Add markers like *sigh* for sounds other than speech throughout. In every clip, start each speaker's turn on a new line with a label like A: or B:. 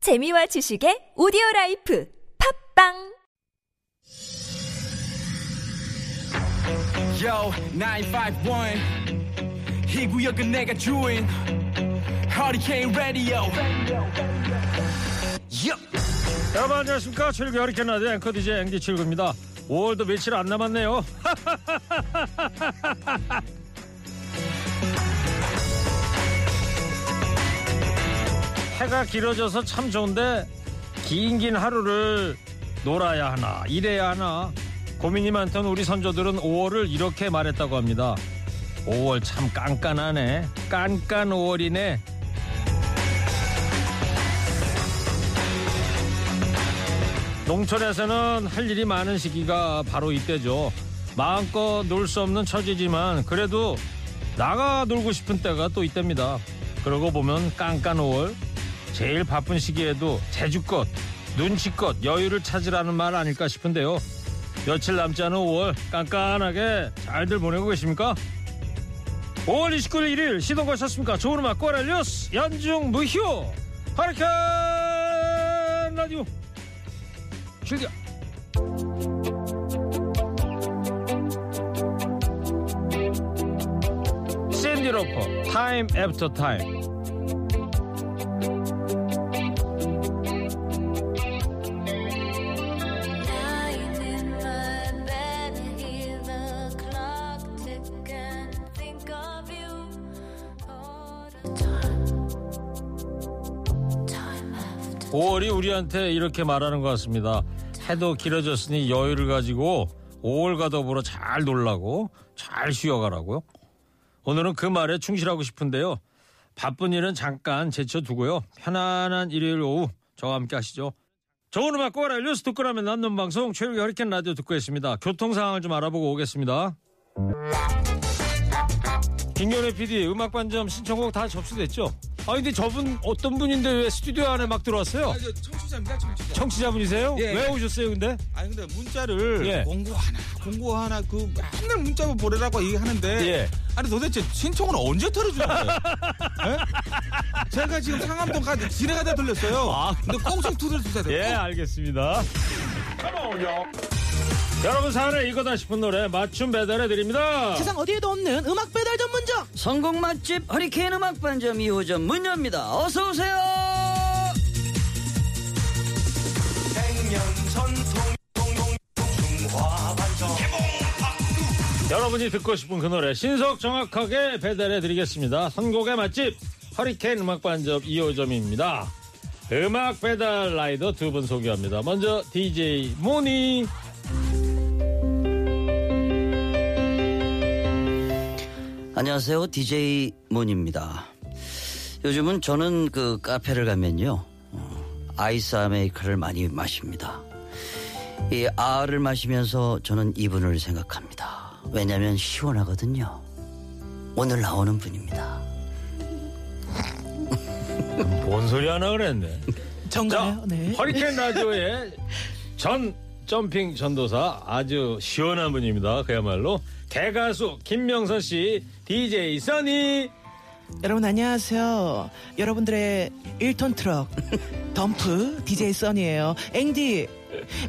A: 재미와 지식의 오디오 라이프 팝빵
B: Yo, 951. 이 구역은 내가 주인. Hurricane Radio. Yup.
C: 여러분 안녕하십니까 출구 허리케인 라디오 앵커 DJ 앵디 출구입니다 5월도 며칠 안 남았네요 *laughs* 해가 길어져서 참 좋은데 긴긴 하루를 놀아야 하나 일해야 하나 고민이 많던 우리 선조들은 5월을 이렇게 말했다고 합니다 5월 참 깐깐하네 깐깐 5월이네 농촌에서는 할 일이 많은 시기가 바로 이때죠. 마음껏 놀 수 없는 처지지만 그래도 나가 놀고 싶은 때가 또 이때입니다. 그러고 보면 깐깐 5월 제일 바쁜 시기에도 재주껏 눈치껏 여유를 찾으라는 말 아닐까 싶은데요. 며칠 남지 않은 5월 깐깐하게 잘들 보내고 계십니까? 5월 29일 일일 시동 거셨습니까? 좋은 음악 꼬랄 뉴스 연중 무휴 하리캔 라디오 즐겨. 샌디 로퍼 타임 애프터 타임
D: Lying in my bed, hear the clock tick and think of you all the time, time after
C: 5월이 우리한테 이렇게 말하는 것 같습니다. 해도 길어졌으니 여유를 가지고 5월과 더불어 잘 놀라고 잘 쉬어가라고요. 오늘은 그 말에 충실하고 싶은데요. 바쁜 일은 잠깐 제쳐두고요. 편안한 일요일 오후 저와 함께 하시죠. 좋은 음악 꼬라 뉴스 듣고 나면 남는 방송 최일기 허리케인 라디오 듣고 있습니다. 교통 상황을 좀 알아보고 오겠습니다. 김경래 PD 음악 반점 신청곡 다 접수됐죠? 아 근데 저분 어떤 분인데 왜 스튜디오 안에 막 들어왔어요?
E: 아, 저 청취자입니다, 청취자.
C: 청취자분이세요?
E: 예.
C: 왜 오셨어요, 근데?
E: 아니 근데 문자를
C: 예.
E: 공고 하나, 공고 하나 그 맨날 문자로 보내라고 얘기하는데
C: 예.
E: 아니 도대체 신청은 언제
C: *laughs*
E: 털어주는 거예요? 예? 제가 지금 상암동까지 지뢰가다 돌렸어요. 근데 꽁충 두드려주셔야 돼요.
C: 아. 예, 알겠습니다. 여러분 사연에 이거다 싶은 노래 맞춤 배달해 드립니다.
F: 세상 어디에도 없는 음악 배달 전문점
G: 성공 맛집 허리케인 음악 반점 2호점 문 엽니다. 어서 오세요.
C: 여러분이 듣고 싶은 그 노래 신속 정확하게 배달해 드리겠습니다. 선곡의 맛집 허리케인 음악 반점 2호점입니다. 음악 배달 라이더 두 분 소개합니다. 먼저 DJ 모니
G: 안녕하세요. DJ 몬입니다. 요즘은 저는 그 카페를 가면요. 어, 아이스 아메리카를 많이 마십니다. 이 아를 마시면서 저는 이분을 생각합니다. 왜냐면 시원하거든요. 오늘 나오는 분입니다.
C: 뭔 소리 하나 그랬네. 자,
F: *laughs* 정가요? 네.
C: 허리케인 라디오의
F: *laughs*
C: 전 점핑 전도사 아주 시원한 분입니다. 그야말로 대가수 김명선 씨, DJ 써니.
F: 여러분 안녕하세요. 여러분들의 1톤 트럭 덤프 DJ 써니예요. 앵디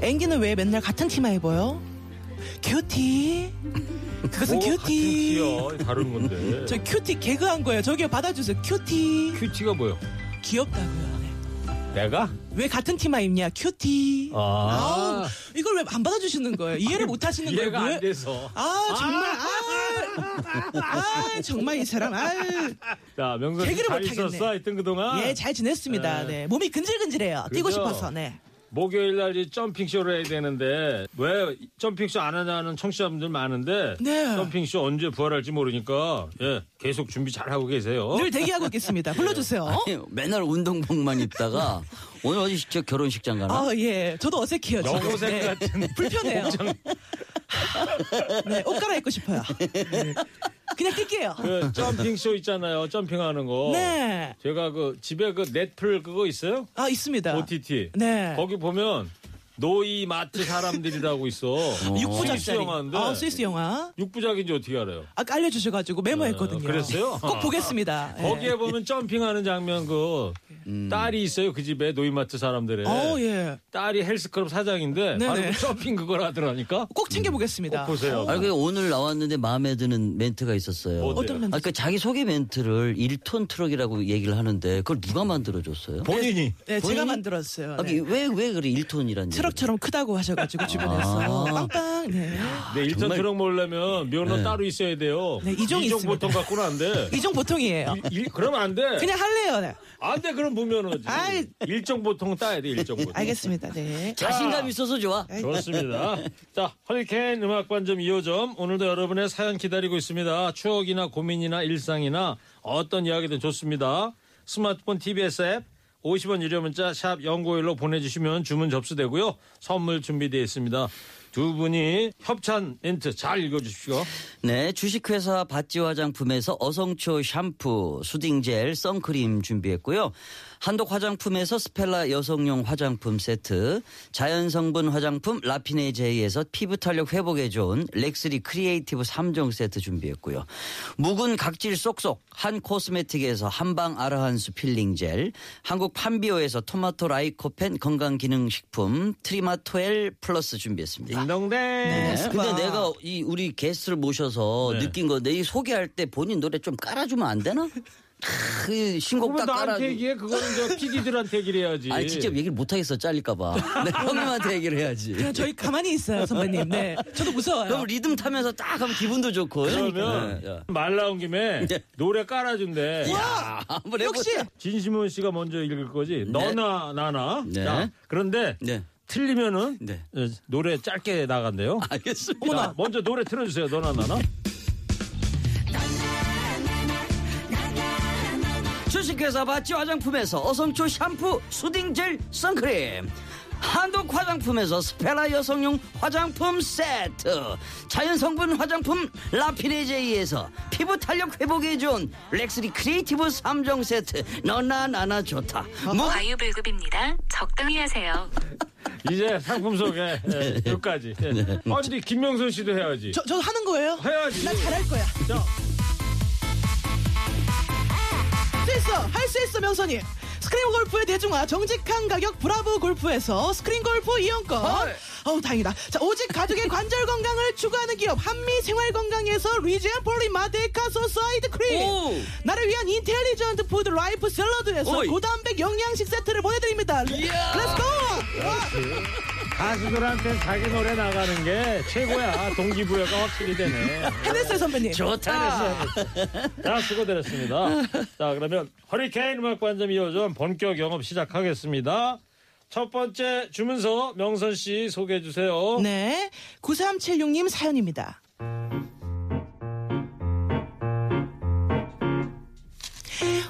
F: 앵디는 왜 맨날 같은 티만 입어요? 큐티 그것은
C: 뭐 같은
F: 큐티
C: 티야, 다른 건데.
F: *laughs* 저 큐티 개그한 거예요. 저기요 받아주세요. 큐티
C: 큐티가 뭐요?
F: 귀엽다고요. 네.
C: 내가?
F: 왜 같은 티만 입냐? 큐티
C: 아.
F: 아우, 이걸 왜 안 받아주시는 거예요? 이해를 못 하시는 거예요?
C: 이해가
F: 왜?
C: 안 돼서.
F: 아 정말 아, 아 정말 이 사람 아
C: 자, 명선 씨
F: 개그를
C: 잘
F: 못하겠네.
C: 있었어? 하여튼 그동안.
F: 예, 잘 지냈습니다.
C: 네.
F: 네. 몸이 근질근질해요. 뛰고
C: 그죠?
F: 싶어서. 네.
C: 목요일 날 이 점핑쇼를 해야 되는데 왜 점핑쇼 안 하냐는 청취자분들 많은데
F: 네.
C: 점핑쇼 언제 부활할지 모르니까 예, 계속 준비 잘 하고 계세요.
F: 늘 대기하고 있겠습니다. 불러주세요.
C: 아,
G: *laughs*
C: 예.
G: 맨날 운동복만 입다가 오늘 어디 진짜 결혼식장 가나?
F: 아, 예. 저도 어색해요. 지금.
C: 여고생
F: 네.
C: 같은 *laughs*
F: 불편해요. 네, 옷 갈아입고 싶어요.
C: 네.
F: 그냥 뛸게요.
C: 그 점핑쇼 있잖아요. 점핑하는 거.
F: 네.
C: 제가 그 집에 그 넷플 그거 있어요?
F: 아, 있습니다.
C: OTT.
F: 네.
C: 거기 보면 노이 마트
F: *laughs*
C: 사람들이라고 있어.
F: 육부작짜리.
C: 영화인데.
F: 아, 스위스 영화.
C: 육부작인지 어떻게 알아요?
F: 아까 알려주셔가지고 메모했거든요.
C: 아, 그랬어요? 아,
F: 꼭 보겠습니다. 예.
C: 거기에 보면 점핑하는 장면 그 딸이 있어요 그 집에 노이마트 사람들의
F: 음. 어, 예.
C: 딸이 헬스클럽 사장인데
F: 네네.
C: 바로 그 점핑 그걸 하더라니까
F: 꼭
C: 꼭
F: 챙겨보겠습니다.
C: 어, 보세요.
G: 아니, 그 오늘 나왔는데 마음에 드는 멘트가 있었어요.
C: 어때요?
F: 어떤
G: 아,
F: 면
G: 그러니까 자기 소개 멘트를 1톤 트럭이라고 얘기를 하는데 그걸 누가 만들어줬어요?
C: 본인이
F: 네, 제가
G: 본인이-
F: 만들었어요.
G: 아,
F: 네.
G: 왜, 왜 그래 1톤이란
F: 트럭처럼 크다고 하셔가지고
C: 아.
F: 주변에서 빵빵. 네.
C: 네, 일톤
G: 정말-
C: 트럭 모으려면 면허 따로 있어야 돼요
F: 네, 이종
C: 이종
F: 있습니다.
C: 보통 갖고는 안돼
F: 이종 보통이에요.
C: 그러면 안돼
F: 그냥 할래요. 네.
C: 안돼 그럼 무면허지
F: 아이.
C: 일정 보통 따야 돼 일정 보통
F: 알겠습니다. 네.
G: 자신감 있어서 좋아.
C: 좋습니다. 자, 허리케인 음악반점 2호점. 오늘도 여러분의 사연 기다리고 있습니다. 추억이나 고민이나 일상이나 어떤 이야기든 좋습니다. 스마트폰 TBS 앱 50원 유료 문자 샵 0951로 보내주시면 주문 접수되고요. 선물 준비되어 있습니다. 두 분이 협찬 멘트 잘 읽어주십시오.
G: 네, 주식회사 바찌 화장품에서 어성초 샴푸, 수딩젤, 선크림 준비했고요. 한독 화장품에서 스펠라 여성용 화장품 세트, 자연성분 화장품 라피네 제이에서 피부 탄력 회복에 좋은 렉스리 크리에이티브 3종 세트 준비했고요. 묵은 각질 쏙쏙 한 코스메틱에서 한방 아라한수 필링 젤, 한국 판비오에서 토마토 라이코펜 건강기능식품 트리마토엘 플러스 준비했습니다.
C: 딩동댕.
G: 네.
F: 스파.
G: 근데 내가 이 우리 게스트를 모셔서
C: 네.
G: 느낀 건데 이 소개할 때 본인 노래 좀 깔아주면 안 되나? 크, 이 신곡
C: 그러면
G: 딱
C: 나한테
G: 깔아주.
C: 얘기해. 그거는 저 PD들한테 얘기를 해야지.
G: 아니 직접 얘기를 못 하겠어 잘릴까봐.
C: *laughs*
G: 네, 형님한테 얘기를 해야지.
F: 그냥 저희 가만히 있어요, 선배님. 네. 저도 무서워요.
G: 그럼 리듬 타면서 딱 하면 기분도 좋고.
C: 그러면
G: 네, 야.
C: 말 나온 김에
G: 네.
C: 노래 깔아준대.
G: 아, 한번 해보자.
F: 역시
C: 진심원 씨가 먼저 읽을 거지. 너나 나나.
G: 네.
C: 자, 그런데
G: 네.
C: 틀리면은
G: 네. 아,
C: 어, 노래 짧게 나간대요.
G: 알겠습니다.
C: 자, 먼저 노래 틀어주세요. 너나 나나.
G: 주식회사 바찌 화장품에서 어성초 샴푸, 수딩젤, 선크림. 한독 화장품에서 스페라 여성용 화장품 세트. 자연성분 화장품 라피네제이에서 피부 탄력 회복에 좋은 렉스리 크리에이티브 3종 세트. 너나 나나 좋다. 뭐?
H: 과유불급입니다. 적당히 하세요.
C: 이제 상품
G: *laughs*
C: 소개
G: 네.
C: 예, 여기까지. 예. 아, 근데 김명선 씨도 해야지.
F: 저, 저 하는 거예요?
C: 해야지.
F: 나 잘할 거야.
C: 자,
F: 수 있어! 할 수 있어, 명선이! 스크린 골프의 대중화 정직한 가격 브라보 골프에서 스크린 골프 이용권 어우 다행이다 자 오직
G: *laughs*
F: 가족의 관절 건강을 추구하는 기업 한미 생활건강에서 리젠 폴리마데카 소사이드 크림
G: 오.
F: 나를 위한 인텔리전트 푸드 라이프 샐러드에서
G: 오이.
F: 고단백 영양식 세트를 보내드립니다 렛츠고
C: 가수들한테 자기 노래 나가는 게 최고야. 동기부여가 확실히
G: *laughs*
C: 되네.
F: 해냈어요 선배님
G: 좋다.
C: 자, 수고드렸습니다. 자, 그러면 허리케인 음악관점 2호점 본격 영업 시작하겠습니다. 첫 번째 주문서 명선 씨 소개해 주세요.
F: 네 9376님 사연입니다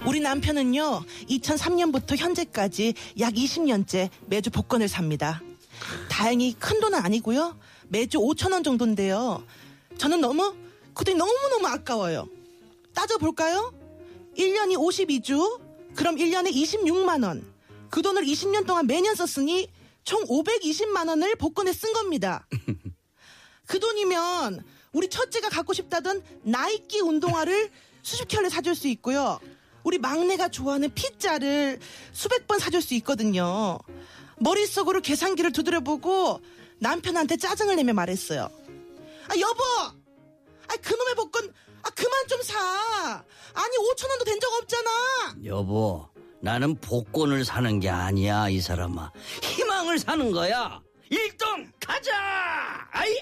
F: 우리 남편은요, 2003년부터 현재까지 약 20년째 매주 복권을 삽니다. 다행히 큰 돈은 아니고요. 매주 5천 원 정도인데요. 저는 너무 그 돈이 너무너무 아까워요. 따져볼까요? 1년이 52주, 그럼 1년에 26만 원. 그 돈을 20년 동안 매년 썼으니 총 520만 원을 복권에 쓴 겁니다. 그 돈이면 우리 첫째가 갖고 싶다던 나이키 운동화를 수십 켤레 사줄 수 있고요. 우리 막내가 좋아하는 피자를 수백 번 사줄 수 있거든요. 머릿속으로 계산기를 두드려보고 남편한테 짜증을 내며 말했어요. 아 여보, 아 그놈의 복권, 아 그만 좀 사. 아니 5천 원도 된 적 없잖아.
G: 여보, 나는 복권을 사는 게 아니야, 이 사람아. 희망을 사는 거야. 일동 가자. 아이.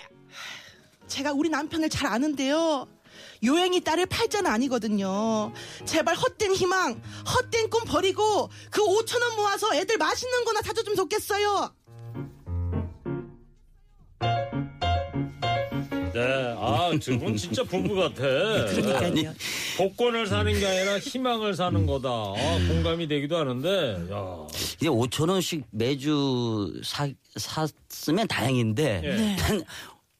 F: 제가 우리 남편을 잘 아는데요. 요행이 딸을 팔자는 아니거든요. 제발 헛된 희망, 헛된 꿈 버리고 그 5천 원 모아서 애들 맛있는 거나 사줘주면 좋겠어요.
C: 네, 아, 두 분 진짜 부부 같아.
G: 네,
C: 네.
F: 그러니까요.
C: 복권을 사는 게 아니라 희망을 사는 거다. 아,
G: 음.
C: 공감이 되기도 하는데, 야.
G: 이제 5천 원씩 매주 사, 샀으면 다행인데
C: 네.
G: 난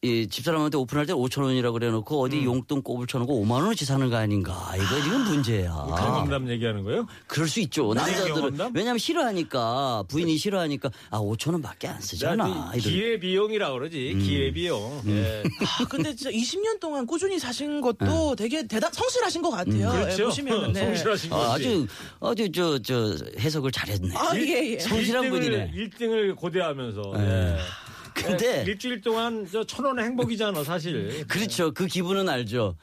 G: 이 집사람한테 오픈할 때 5천 원이라고 그래놓고 어디
C: 음.
G: 용돈 꼽을 쳐놓고 5만 원어치 사는 거 아닌가 이거 지금 문제야.
C: 경험담 얘기하는 거예요?
G: 그럴 수 있죠 남자들은
C: 경험담?
G: 왜냐면 싫어하니까 부인이 싫어하니까 아 5천 원밖에 안 쓰잖아. 음.
C: 그
G: 이런.
C: 기회비용이라 그러지 기회비용.
G: *laughs*
C: 예.
F: 아, 근데 진짜 20년 동안 꾸준히 사신 것도 되게 대단 성실하신 것 같아요. 예,
C: 그렇죠.
F: *laughs* 보시면 네.
C: 성실하신 거지.
G: 아, 아주 아주 저 저 해석을 잘했네.
F: 아, 예, 예.
G: *laughs* 성실한 분이네. 네.
C: 1등을 고대하면서.
G: 예.
C: 예.
G: 근데
C: 일주일 동안 저천 원의 행복이잖아 사실.
G: 그렇죠. 그 기분은 알죠.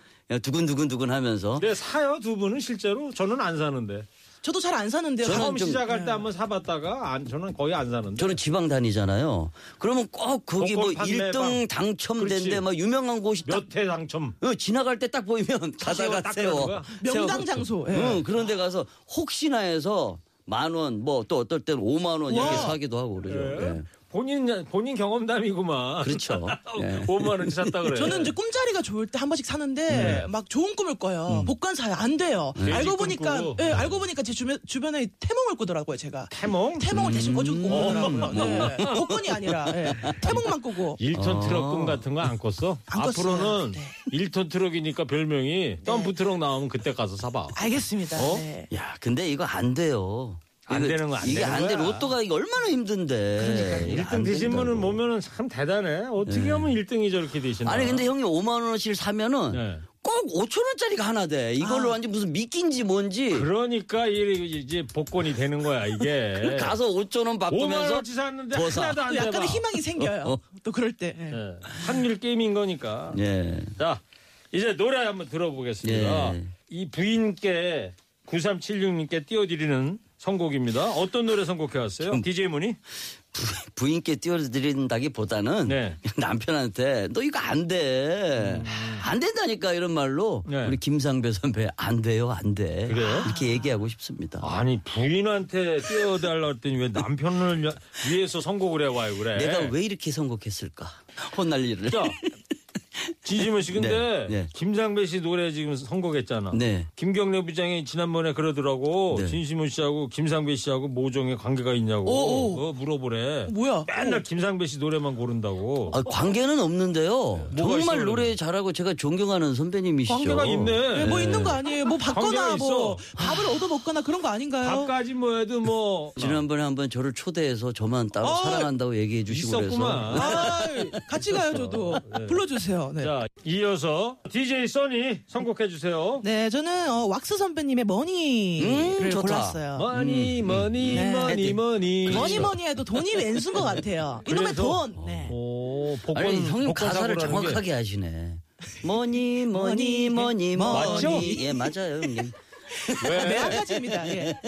G: 두근두근두근 하면서.
C: 근데 사요 두 분은 실제로 저는 안 사는데
F: 저도 잘 안 사는데요.
C: 처음
G: 좀- 네.
C: 시작할 때 한번 사봤다가 안 저는 거의 안 사는데.
G: 저는 지방 다니잖아요. 그러면 꼭 거기 뭐
C: 복권 판매 방.
G: 1등 당첨된데
C: 그렇지.
G: 막 유명한 곳이 딱
C: 몇 회 당첨.
G: 어, 지나갈 때 딱 보이면 *laughs*
C: 세워,
G: 가다가
C: 딱
G: 세워.
C: 그러는 거야?
F: 명당
G: 세워서-
F: 장소, 예.
G: 응, 그런데 가서 혹시나 해서 만 원, 뭐 또 어떨 때는 5만 원 이렇게
F: 와.
G: 사기도 하고 그러죠.
C: 예.
G: 예.
C: 본인 본인 경험담이구만. *laughs* 어,
G: 그렇죠. 예.
C: 5만 원치 샀다 그래.
F: 저는 이제 꿈자리가 좋을 때 한 번씩 사는데
C: 네.
F: 막 좋은 꿈을 꿔요. 복권 사요. 안 돼요.
C: 돼지
F: 알고
C: 음. 네. 꿈
F: 보니까
C: 꾸고.
F: 예, 알고 보니까 제 주변 주변에 태몽을 꾸더라고요, 제가.
C: 태몽. 음. 어.
F: 태몽을 대신 꿔주고 꾸더라고요. 네. 복권이 아니라 예. 태몽만 꾸고.
C: 일톤
G: 어.
C: 트럭 금 같은 거 안 껐어?
F: 안 껐어요.
C: 앞으로는
F: 네.
C: 일 1톤 트럭이니까 별명이 덤프 트럭 나오면 그때 가서 사봐.
F: 아, 알겠습니다.
C: 어?
F: 네.
G: 예. 야, 근데 이거 안 돼요.
C: 안
G: 이거-
C: 되는 거안
G: 이게
C: 되는
G: 안 돼.
C: 거야.
G: 로또가 이게 얼마나 힘든데. 이게 안
C: 1등 되신
G: 된다고. 네.
C: 분은 보면은 참 대단해. 어떻게 하면 1등이 저렇게 되시나.
G: 아니 근데 형이 5만 원어치를 사면은
C: 네. 아.
G: 꼭 5천 원짜리가 하나 돼. 이걸로 완전 무슨 미끼인지 뭔지
C: 그러니까 이게 이제 복권이 되는 거야 이게.
G: *laughs* 가서 5천 원
C: 5만
G: 바꾸면서
C: 원치 샀는데
G: 더 사.
C: 하나도 안
F: 또
C: 돼봐.
F: 약간의 희망이 생겨요.
G: 어.
F: 또 그럴 때. 예.
C: 예. 확률 게임인 거니까.
G: 예.
C: 자 이제 노래 한번 들어보겠습니다.
G: 예.
C: 이 부인께 9376님께 띄워드리는 선곡입니다. 어떤 노래 선곡해 왔어요? DJ 문이?
G: 부- 부인께 띄워드린다기보다는
C: 네.
G: *laughs*
C: 음.
G: 남편한테 너 이거 안 돼. 안 된다니까 이런 말로
C: 네.
G: 우리 김상배 선배 안 돼요, 안 돼.
C: 그래요?
G: 이렇게 얘기하고 싶습니다.
C: 아니 부인한테 띄워달라 했더니 왜 남편을 여- 위해서 선곡을 해와요 그래?
G: 내가 왜 이렇게 선곡했을까? 혼날 일을.
C: 네. 자, 지지문 씨 근데
G: 네, 네.
C: 김상배 씨 노래 지금 선곡했잖아.
G: 네.
C: 김경래 부장이 지난번에 그러더라고
G: 네.
C: 진시문 씨하고 김상배 씨하고 모종의 관계가 있냐고
F: 오, 오.
C: 그거 물어보래.
F: 뭐야?
C: 맨날 김상배 씨 노래만 고른다고.
G: 아, 관계는 없는데요.
C: 뭐가 있어,
G: 정말
C: 그러면?
G: 노래 잘하고 제가 존경하는 선배님이시죠.
C: 관계가 있네.
F: 예, 뭐 있는 거 아니에요? 뭐 받거나
C: 관계가
F: 뭐
C: 있어.
F: 밥을 얻어 먹거나 그런 거 아닌가요?
C: 밥까지 뭐 해도 뭐
G: 지난번에 한번 저를 초대해서 저만 따로
C: 아,
G: 사랑한다고 얘기해 주시고 그래서
C: 있었구만.
F: 아, 같이 가요, 저도. 불러주세요. 네.
C: 어, 아, 자, 이어서 DJ 써니 선곡해 주세요.
F: 네, 저는 어, 왁스 선배님의 머니를
G: 음, 좋다.
F: 골랐어요.
C: 머니
G: 음,
C: 머니
F: 네.
C: 머니 머니.
F: 뭐니 뭐니 해도 돈이 왼수인 것 같아요. 이놈의
C: 그래서- 어,
F: 돈. 네.
C: 오, 복권
G: 아니 형님
C: 복권 사고라는
G: 가사를
C: 게
G: 정확하게 하시네. 뭐니 네. 뭐니 뭐니
F: 맞죠?
G: 뭐니 예 맞아요 형님.
F: 아, 매한가지입니다. 예.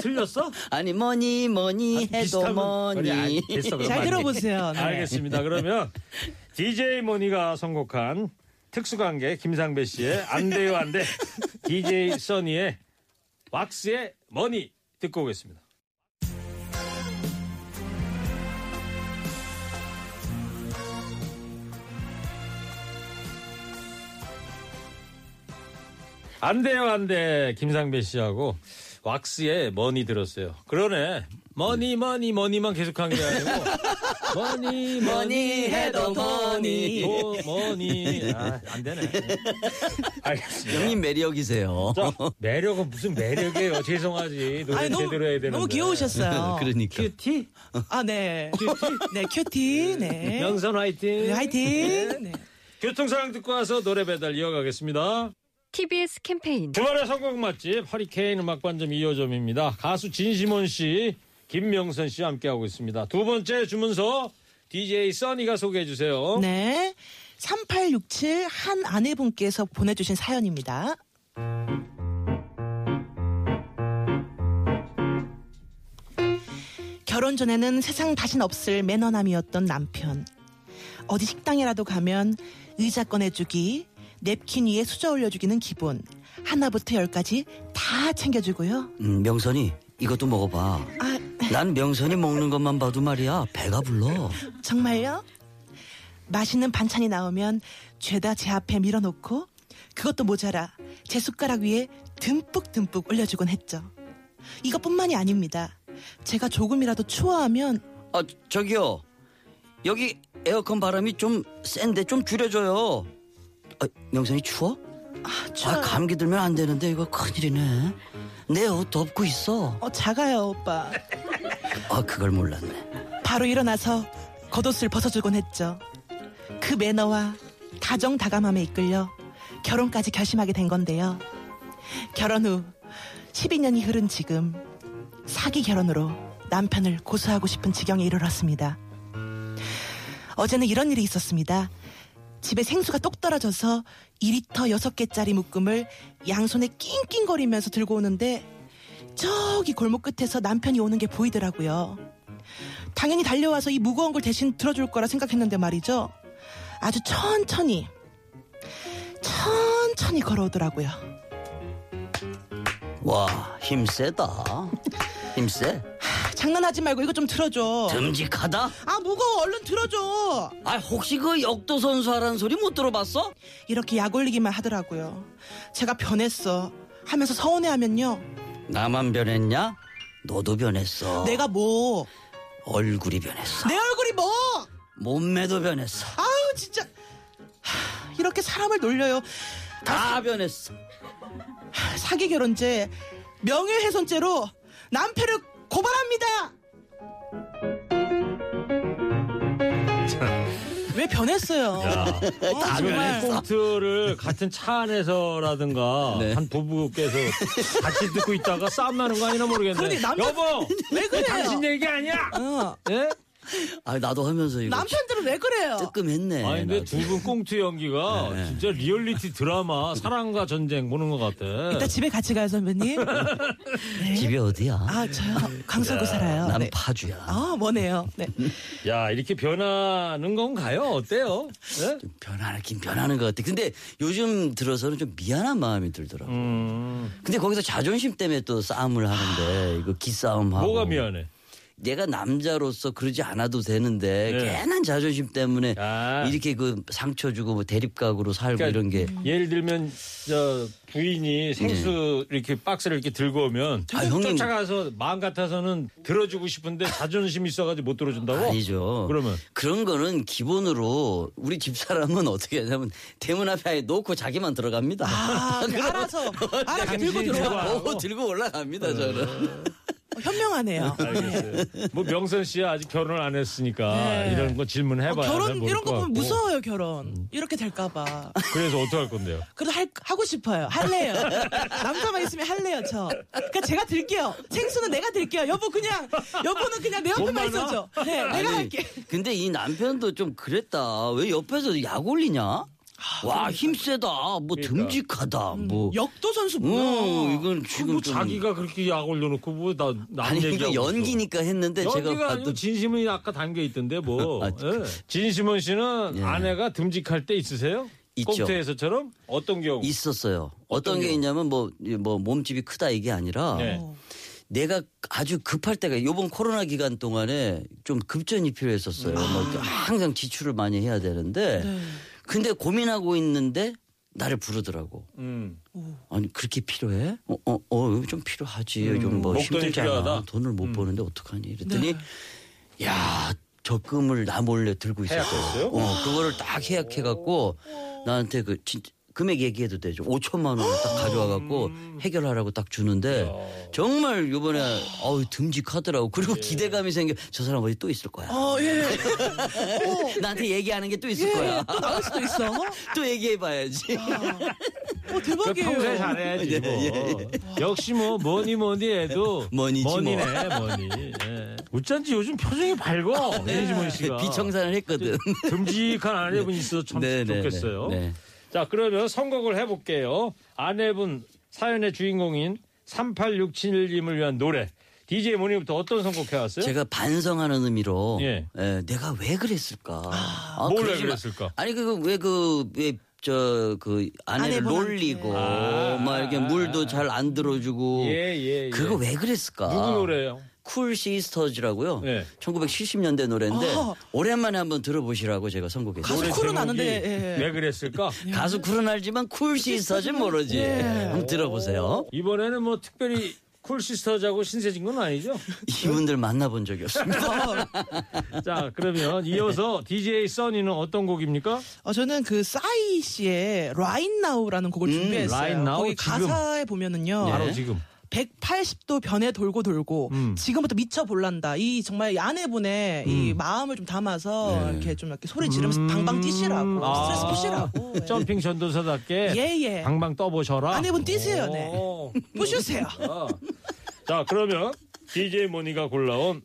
C: 틀렸어?
G: 아니 뭐니 뭐니 해도
C: 비슷하면-
G: 뭐니
C: 아니, 됐어, 그럼
F: 잘
C: 안 돼.
F: 들어보세요. 네.
C: 알겠습니다. 그러면 DJ 모니가 선곡한 특수관계 김상배 씨의 안 돼요 안 돼. DJ 써니의 왁스의 머니 듣고 오겠습니다. 안 돼요 안 돼. 김상배 씨하고 왁스의 머니 들었어요. 그러네. 머니 머니 머니만 계속한 게 아니고 머니
G: 뭐니 해도 뭐니
C: 뭐, 뭐니. 아, 안 되네. 알겠습니다.
G: 형님 매력이세요.
C: 자, 매력은 무슨 매력이에요. 죄송하지. 노래
F: 아니, 너무,
C: 제대로 해야 되는데.
F: 너무 귀여우셨어요.
G: *laughs* 그러니까
C: 큐티?
F: 아, 네. 네, 큐티. 네.
C: 명선 화이팅.
F: 네, 화이팅. 네.
C: 교통상황 듣고 와서 노래 배달 이어가겠습니다.
H: TBS 캠페인
C: 주말의 선곡 맛집 허리케인 음악반점 2호점입니다. 가수 진시몬 씨, 김명선 씨와 함께하고 있습니다. 두 번째 주문서 DJ 써니가 소개해 주세요.
F: 네. 3867 한 아내분께서 보내주신 사연입니다. 결혼 전에는 세상 다신 없을 매너남이었던 남편. 어디 식당이라도 가면 의자 꺼내주기, 냅킨 위에 수저 올려주기는 기본. 하나부터 열까지 다 챙겨주고요.
G: 음, 명선이 이것도 먹어봐.
F: 아,
G: 난 명선이 먹는 것만 봐도 말이야 배가 불러.
F: 정말요? 맛있는 반찬이 나오면 죄다 제 앞에 밀어놓고 그것도 모자라 제 숟가락 위에 듬뿍듬뿍 올려주곤 했죠. 이것뿐만이 아닙니다. 제가 조금이라도 추워하면
G: 아 저기요 여기 에어컨 바람이 좀 센데 좀 줄여줘요. 아, 명선이 추워?
F: 아,
G: 아,
F: 추워요.
G: 감기 들면 안 되는데 이거 큰일이네. 내 옷 덮고 있어.
F: 어, 작아요, 오빠.
G: 아, 그걸 몰랐네.
F: 바로 일어나서 겉옷을 벗어주곤 했죠. 그 매너와 다정다감함에 이끌려 결혼까지 결심하게 된 건데요. 결혼 후 12년이 흐른 지금 사기 결혼으로 남편을 고소하고 싶은 지경에 이르렀습니다. 어제는 이런 일이 있었습니다. 집에 생수가 똑 떨어져서 2리터 6개짜리 묶음을 양손에 낑낑거리면서 들고 오는데 저기 골목 끝에서 남편이 오는 게 보이더라고요. 당연히 달려와서 이 무거운 걸 대신 들어줄 거라 생각했는데 말이죠. 아주 천천히, 천천히 걸어오더라고요.
G: 와, 힘 세다. 힘 세.
F: 아, 장난하지 말고 이거 좀 들어줘.
G: 듬직하다.
F: 아, 무거워. 얼른 들어줘.
G: 아, 혹시 그 역도 선수 하라는 소리 못 들어봤어?
F: 이렇게 약 올리기만 하더라고요. 제가 변했어. 하면서 서운해하면요.
G: 나만 변했냐? 너도 변했어.
F: 내가 뭐,
G: 얼굴이 변했어.
F: 내 얼굴이 뭐!
G: 몸매도 변했어.
F: 아우, 진짜. 하, 이렇게 사람을 놀려요.
G: 다 변했어.
F: 사기 결혼죄, 명예훼손죄로 남편을 고발합니다. 왜 변했어요? 어,
C: 주변의
F: 정말
C: 꽁트를 같은 차 안에서라든가
G: 네.
C: 한 부부께서 같이 듣고 있다가 싸움 나는 거 아니나 모르겠네.
F: 그러니 남자-
C: 여보,
F: 왜 그래요?
C: 당신 얘기 아니야.
F: 어,
C: 예?
G: 아, 나도 하면서 이거
F: 남편들은 왜 그래요?
G: 뜨끔했네.
C: 아니 근데
G: 나도.
C: 두 분 꽁트 연기가
G: 네.
C: 진짜 리얼리티 드라마 사랑과 전쟁 보는 것 같아.
F: 이따 집에 같이 가요 선배님.
G: 집이 어디야?
F: 아 저요 강서구 살아요.
G: 난
F: 네.
G: 파주야.
F: 아 뭐네요. 네.
C: 야 이렇게 변하는 건가요? 어때요? 예?
G: 변하긴 변하는 것 같아. 근데 요즘 들어서는 좀 미안한 마음이 들더라고.
C: 음,
G: 근데 거기서 자존심 때문에 또 싸움을 하는데 이거 기싸움하고.
C: 뭐가 미안해?
G: 내가 남자로서 그러지 않아도 되는데
C: 네.
G: 괜한 자존심 때문에
C: 아.
G: 이렇게 그 상처 주고 뭐 대립각으로 살고
C: 그러니까
G: 이런 게
C: 예를 들면 저 부인이 생수 이렇게 박스를 이렇게 들고 오면
G: 네. 아, 형님.
C: 쫓아가서 마음 같아서는 들어주고 싶은데 자존심이 있어가지고 못 들어준다고?
G: 아니죠.
C: 그러면
G: 런 거는 기본으로 우리 집 사람은 어떻게 하냐면 대문 앞에 아예 놓고 자기만 들어갑니다. *laughs*
F: 아 그냥 알아서 알아서 들고
C: 당신이
F: 들어와.
C: 좋아하고.
G: 오, 들고
C: 네.
G: 올라갑니다 저는.
F: 어, 현명하네요.
C: 알겠어요. 뭐 명선 씨 아직 결혼을 안 했으니까
F: 네.
C: 이런 거
F: 어,
C: 질문해봐야
F: 결혼
C: 모를
F: 이런
C: 것
F: 거 보면
C: 같고.
F: 무서워요 결혼. 이렇게 될까봐.
C: 그래서 어떻게 할 건데요?
F: 그래도 할, 하고 싶어요. 할래요. 남자만 있으면 할래요, 저. 그러니까 제가 들게요. 생수는 내가 들게요. 여보, 그냥, 여보는 그냥 내
C: 돈 많아?
F: 옆에만 있어줘. 네, 내가
G: 아니,
F: 할게.
G: 근데 이 남편도 좀 그랬다. 왜 옆에서 약 올리냐?
F: 아, 그러니까.
G: 와, 힘세다. 뭐
C: 그러니까.
G: 듬직하다. 뭐.
F: 역도 선수 뭐야.
G: 어, 이건
C: 그
G: 지금
C: 뭐
G: 좀-
C: 자기가 그렇게 약 올려놓고 뭐나남
G: 아니, 이거
C: 얘기하고 있어.
G: 연기니까 했는데 제가
C: 연기가
G: 봤던
C: 아니고 진심은 아까 담겨 있던데
G: *laughs*
C: 뭐 예. 진심은 씨는
G: 그. 예.
C: 아내가 듬직할 때 있으세요?
G: 있죠.
C: 꽁트에서처럼 어떤 경우?
G: 있었어요. 어떤 게 있냐면 뭐, 뭐 몸집이 크다 이게 아니라
C: 네.
G: 내가 아주 급할 때가 요번 코로나 기간 동안에 좀 급전이 필요했었어요.
C: 음.
G: 뭐 이렇게 항상 지출을 많이 해야 되는데
C: 네.
G: 근데 고민하고 있는데 나를 부르더라고.
C: 음.
G: 아니 그렇게 필요해? 어 어 어 좀 필요하지. 요즘 뭐
C: 음, 목돈이
G: 힘들잖아.
C: 필요하다. 음.
G: 돈을 못 버는데 어떡하니? 이랬더니
F: 네.
G: 야 적금을 나 몰래 들고 있었어요.
C: 해약했어요?
G: 어 그거를 딱 해약해 갖고 나한테 그 진짜 금액 얘기해도 되죠. 5천만 원을 딱 가져와 갖고
C: 음.
G: 해결하라고 딱 주는데 정말 요번에 어우 듬직하더라고. 그리고
C: 예.
G: 기대감이 생겨. 저 사람 어디 또 있을 거야.
F: 어, 예.
G: *laughs* 나한테 얘기하는 게 또 있을
F: 어. 예.
G: 거야.
F: 또 나올 수도 있어.
G: *laughs* 또 얘기해 봐야지.
F: 어,
C: 그
F: 대박이에요.
C: 평소에 잘해야지. 뭐. 역시 뭐 뭐니 뭐니 해도
G: *laughs* 뭐니지 뭐.
C: 뭐니네 뭐니. 예. 어쩐지 요즘 표정이 밝아. 민지문 씨가
G: *laughs* 네. 비청산을 했거든.
C: 그 듬직한 아내분 있어서 참
G: 네, 네,
C: 좋겠어요.
G: 네, 네.
C: 자 그러면 선곡을 해볼게요. 아내분 사연의 주인공인 3867님을 위한 노래. DJ 모님부터 어떤 선곡해 왔어요?
G: 제가 반성하는 의미로
C: 예.
G: 에, 내가 왜 그랬을까? 아,
C: 뭘왜
G: 그러지 마-
C: 그랬을까?
G: 아니 그왜그왜저 그 아내를
F: 아내분한테.
G: 놀리고
C: 아,
G: 막 이렇게
C: 아,
G: 물도 잘 안 들어주고
C: 예, 예, 예.
G: 뭐 그거 왜 아. 그랬을까?
C: 누구 노래예요?
G: 쿨 시스터즈라고요.
C: 예.
G: 1970년대 노래인데
F: 아.
G: 오랜만에 한번 들어보시라고 제가 선곡했어요.
F: 가수
C: 노래
F: 쿨은
C: 제목이
F: 아는데, 예, 예.
C: 왜 그랬을까?
F: 예.
G: 가수 쿨은 알지만 쿨 시스터즈는 모르지. 한번 들어보세요.
C: 이번에는 뭐 특별히 쿨시스터즈하고 신세진 건 아니죠?
G: 이분들 만나본 적이
F: *laughs*
G: 없습니다.
F: 어,
C: 자, 그러면 이어서 DJ 써니는 어떤 곡입니까?
F: 어, 저는 그 싸이 씨의 라인 나우라는 곡을 준비했어요.
C: 음, Right Now
F: 거기
C: 지금. 네.
F: 가사에 보면은요.
G: 예.
C: 바로 지금.
F: 180도 변해 돌고 돌고
C: 음.
F: 지금부터 미쳐 볼란다. 이 정말 아내분의 이 마음을 좀 담아서 이렇게 좀 이렇게 소리 지르면서 방방 뛰시라고
C: 네. 음. 아.
F: 스트레스 푸시라고
C: *laughs*
F: 예.
C: 점핑 전도사답게
F: 예, 예.
C: 방방 떠보셔라.
F: 아내분 뛰세요, 네.
C: 오.
F: 푸시세요.
C: 아. 자, 그러면 DJ 모니가 골라온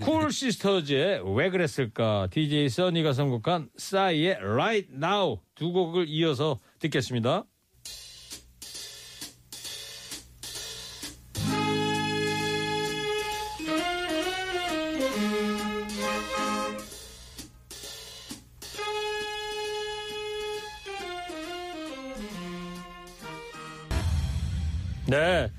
C: 쿨 시스터즈의 왜 그랬을까? DJ 써니가 선곡한 싸이의 Right Now 두 곡을 이어서 듣겠습니다. 네.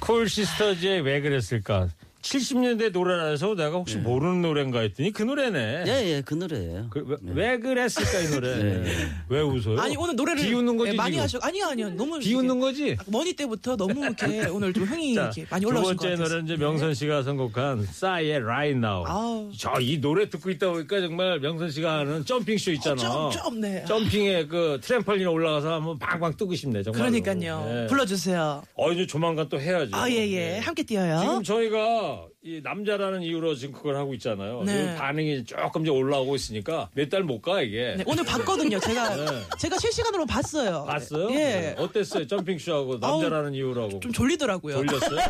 C: 콜 시스터즈의 왜 그랬을까? 70년대 노래라서 내가
F: 네.
C: 혹시 모르는 노래인가 했더니 그 노래네.
G: 예, 예, 그 노래예요.
C: 그, 왜, 왜 그랬을까 이 노래? 왜 웃어요?
F: 네. 아니 오늘 노래를
C: 그 비웃는 거지
F: 예, 많이
C: 지금?
F: 하셔. 아니요, 아니요. 너무
C: 비웃는
F: 이렇게
C: 거지?
F: 머니 때부터 너무 이렇게 오늘 좀 네,
C: *laughs*
F: 흥이
C: 자,
F: 이렇게 많이
C: 두
F: 올라오신 것
C: 번째
F: 같아요.
C: 노래는 이제 명선 씨가 선곡한 싸이의 Right Now.
F: 아우.
C: 저이 노래 듣고 있다 보니까 정말 명선 씨가 하는 점핑 쇼 있잖아.
F: 어, 점, 점, 네.
C: 점핑에 그 트램펄린 올라가서 한번 방방 뜨고 싶네 정말.
F: 그러니까요. 불러주세요.
C: 어 이제 조만간 또 해야죠.
F: 아, 예, 예.
C: 네.
F: 함께 뛰어요.
C: 지금 저희가 이 남자라는 이유로 지금 그걸 하고 있잖아요.
F: 네.
C: 지금 반응이 조금 이제 올라오고 있으니까 몇 달 못 가 이게.
F: 네, 오늘 봤거든요. 제가
C: 네.
F: 제가 실시간으로 봤어요.
C: 봤어요?
F: 예.
C: 네. 어땠어요? 점핑쇼하고 남자라는 이유라고.
F: 좀 졸리더라고요. *laughs*
C: 돌렸어요?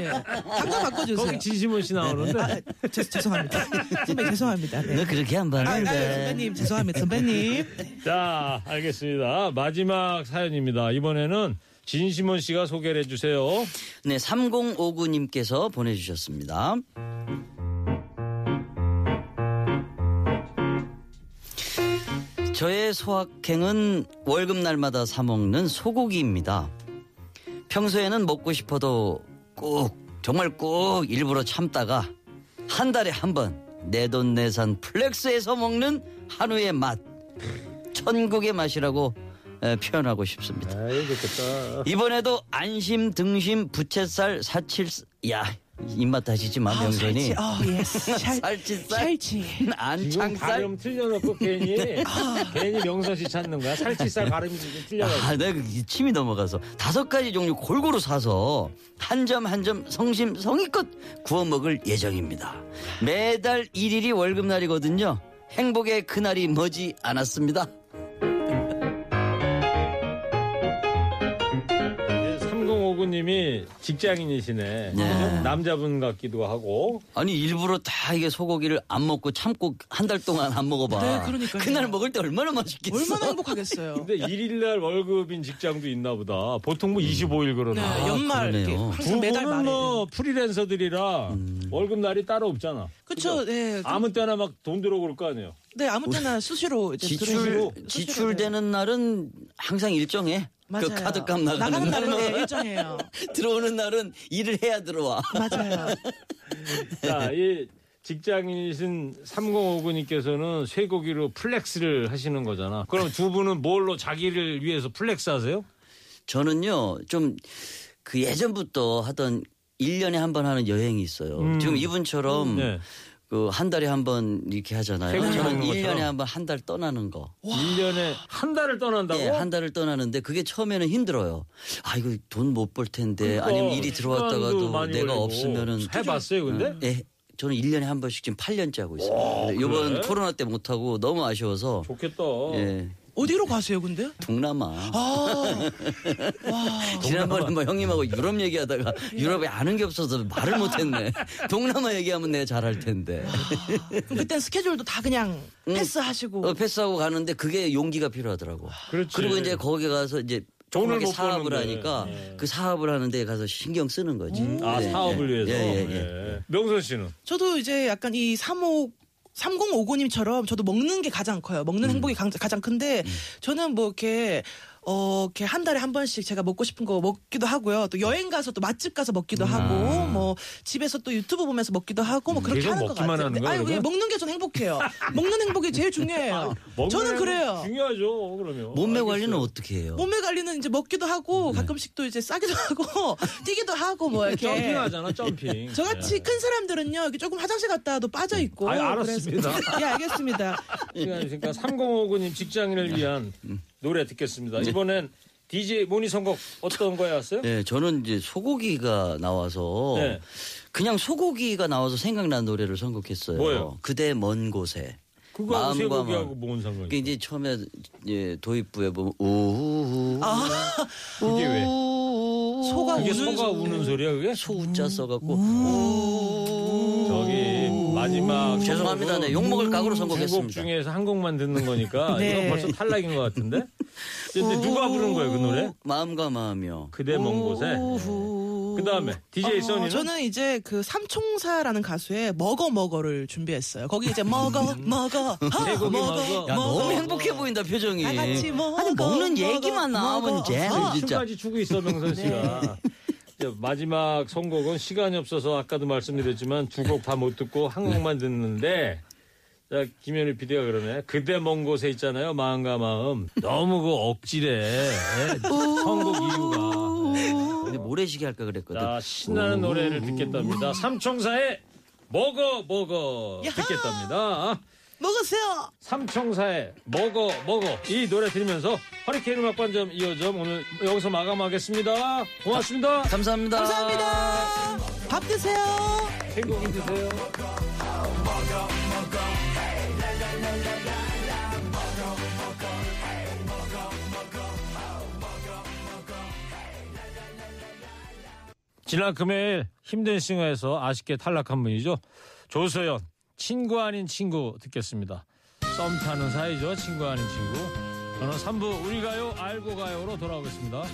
F: 예. 잠깐 바꿔주세요.
C: 거기 진심원 씨 나오는데.
F: 아, 죄, 죄송합니다. 선배 죄송합니다. 네.
G: 너 그렇게 안
F: 아, 아,
G: 봤는데.
F: 선배님 죄송합니다. 선배님.
C: 자, 알겠습니다. 마지막 사연입니다. 이번에는 진심원 씨가 소개를 해주세요.
G: 네, 3059님께서 보내주셨습니다. 저의 소확행은 월급날마다 사먹는 소고기입니다. 평소에는 먹고 싶어도 꾹, 정말 꾹 일부러 참다가 한 달에 한 번 내 돈 내산 플렉스에서 먹는 한우의 맛. 천국의 맛이라고 에, 표현하고 싶습니다.
C: 아이, 좋겠다.
G: 이번에도 안심 등심 부채살 사칠 야 입맛 다시지 마
F: 아,
G: 명전이
F: 살치. 아, 예스. 살,
G: 살치살.
F: 살치.
C: 지금
G: *laughs* 안창살
C: 발음 틀려놓고
F: *laughs*
C: 괜히
F: 네.
C: 괜히 명선 씨 찾는 거야. 살치살 발음이 지금 틀려가지고.
G: 아, 내가 이 침이 넘어가서 다섯 가지 종류 골고루 사서 한 점 한 점 성심 성의껏 구워 먹을 예정입니다. 매달 1일이 월급날이거든요. 행복의 그날이 머지 않았습니다.
C: 3059님이 직장인이시네.
G: 네.
C: 남자분 같기도 하고.
G: 아니 일부러 다 이게 소고기를 안 먹고 참고 한 달 동안 안 먹어봐.
F: 네, 그러니까요.
G: 날 먹을 때 얼마나 맛있겠어.
F: 얼마나 행복하겠어요.
C: 근데 일일 날 월급인 직장도 있나 보다. 보통 뭐 25일
F: 네,
C: 그러나.
F: 연말 이렇게
G: 그러네요.
F: 항상 매달 말에.
C: 부부는 뭐 프리랜서들이라
G: 음.
C: 월급 날이 따로 없잖아.
F: 그렇죠. 네. 그-
C: 아무 때나 막 돈 들어올 거 아니에요.
F: 네, 아무 때나 수시로 이제
G: 지출
F: 들어오시고.
G: 지출되는 날은 항상 일정해.
F: 맞아요.
G: 그 카드값 나가는
F: 나가는
G: 날.
F: 날은 네, 일정해요.
G: *laughs* 들어오는 날은 일을 해야 들어와. *laughs*
F: 맞아요.
C: 자,
G: 네.
C: 이 직장인이신 3059님께서는 쇠고기로 플렉스를 하시는 거잖아. 그럼 두 분은 뭘로 자기를 위해서 플렉스 하세요?
G: 저는요 좀 그 예전부터 하던 1년에 한 번 하는 여행이 있어요. 지금 이분처럼
C: 음. 네.
G: 그 한 달에 한 번 이렇게 하잖아요.
C: 세금
G: 저는
C: 내는
G: 1년에
C: 것처럼.
G: 한 번 한 달 떠나는 거.
C: 일년에한 달을 떠난다고?
G: 예, 한 달을 떠나는데 그게 처음에는 힘들어요. 아 이거 돈 못 벌 텐데 아니면 일이
C: 그러니까 시간도
G: 들어왔다가도
C: 많이
G: 내가
C: 걸리고.
G: 없으면은
C: 해봤어요, 근데?
G: 예. 저는 1년에 한 번씩 지금 8년째 하고 있습니다. 근데 이번
C: 그래?
G: 코로나 때 못하고 너무 아쉬워서
C: 좋겠다.
G: 예,
F: 어디로 가세요, 근데?
G: 동남아.
F: 아,
G: *laughs* 지난번에 뭐 형님하고
C: *laughs*
G: 유럽 얘기하다가
C: 예.
G: 유럽에 아는 게 없어서 말을 못했네. *laughs* 동남아 얘기하면 내가 잘할 텐데.
C: 아,
F: 그럼 그땐 스케줄도 다 그냥 패스하시고.
G: 어, 패스하고 가는데 그게 용기가 필요하다고.
C: 아, 그렇지.
G: 그리고 이제 거기 가서 이제
C: 돈을
G: 정확히
C: 못
G: 사업을
C: 버는데.
G: 하니까
C: 예.
G: 그 사업을 하는 데 가서 신경 쓰는 거지.
C: 아,
G: 예,
C: 사업을
G: 예.
C: 위해서.
G: 예, 예, 예.
C: 예. 명선 씨는?
F: 저도 이제 약간 이 삼호
C: 음.
F: 3059님처럼 저도 먹는 게 가장 커요. 먹는 행복이 강- 가장 큰데 저는 뭐 이렇게 어, 이렇게 한 달에 한 번씩 제가 먹고 싶은 거 먹기도 하고요. 또 여행 가서 또 맛집 가서
C: 음.
F: 먹기도 하고, 뭐 집에서 또 유튜브 보면서 먹기도 하고, 뭐 그렇게
C: 아. 계속
F: 하는 것
C: 먹기만
F: 같아요.
C: 하는 거야,
F: 아유,
C: 그러면?
F: 예, 먹는 게
C: *laughs*
F: 전 행복해요. 먹는 행복이 제일 중요해요.
C: 먹는
F: 저는
C: 게
F: 그래요.
C: 중요하죠. 그러면
G: 몸매
C: 알겠어요.
G: 관리는 어떻게 해요?
F: 몸매 관리는 이제 먹기도 하고 가끔씩 또 이제 싸기도 *laughs* 하고 뛰기도 하고 뭐 이렇게
C: 네. 점핑하잖아 점핑.
F: *laughs* 저같이 큰 사람들은요 이렇게 조금 화장실 갔다 와도 빠져 있고
C: 예. 아유, 알았습니다.
F: 그래서- *laughs* 예 알겠습니다
C: 그러니까 3059님
G: 예.
C: 직장인을 위한
G: 음.
C: 노래 듣겠습니다. 이번엔 DJ 모니 선곡 어떤 거였어요?
G: 네, 저는 이제 소고기가 나와서
C: 네.
G: 그냥 소고기가 나와서 생각난 노래를 선곡했어요.
C: 뭐예요?
G: 그대 먼 곳에.
C: 그거하고
G: 마음과
C: 쇠고기하고
G: 마음.
C: 뭔 상관이
G: 그게 이제 처음에 이제 도입부에 보면 우우우
C: 그게 왜?
F: 소가
C: 그게
F: 우는
C: 소가 우는 소리야 그게?
G: 소우자 써갖고
C: 저기 마지막
G: 죄송합니다. 네, 욕먹을 각오로
C: 곡
G: 선곡했습니다.
C: 음, 중에서 한 곡만 듣는 거니까
F: *laughs* 네.
C: 이건 벌써 탈락인 것
G: *laughs*
C: 같은데. 근데 누가 부른 거예요 그 노래?
G: 어? 마음과 마음이요.
C: 그대 먼 곳에. 그 다음에 DJ 써니는
F: 어, 저는 이제 그 삼총사라는 가수의 먹어 먹어를 준비했어요 거기 이제 먹어 먹어 하,
C: 음. *laughs* 제국이 먹어.
G: 야, 너무
F: 먹어.
G: 행복해 보인다 표정이.
F: 다 같이 먹어,
G: 아니 먹는
F: 먹어,
G: 얘기만 나오면
F: 먹어.
G: 제
F: 아, 네.
G: 진짜.
C: 춤까지 추고 있어 명선 씨가. 이제 마지막 선곡은 시간이 없어서 아까도 말씀드렸지만 두 곡 다 못 듣고 한 곡만 듣는데 자 김현일 비디가 그러네. 그대 먼 곳에 있잖아요 마음과 마음. 너무 그 억지래 예, 선곡 이유가. 예.
G: 근데 모래시계 할까 그랬거든.
C: 자, 신나는 노래를 듣겠답니다. 삼총사의 먹어 먹어
F: 야하!
C: 듣겠답니다.
F: 먹으세요
C: 삼총사의 먹어 먹어 이 노래 들으면서 허리케인 음악 반점 이어점 오늘 여기서 마감하겠습니다. 고맙습니다.
G: 감사합니다.
F: 감사합니다
C: 아.
F: 밥 드세요.
C: 행복히 드세요. 지난 금요일 힘든 싱어에서 아쉽게 탈락한 분이죠. 조소연 친구 아닌 친구 듣겠습니다. 썸 타는 사이죠. 친구 아닌 친구. 저는 3부 우리 가요 알고 가요로 돌아오겠습니다.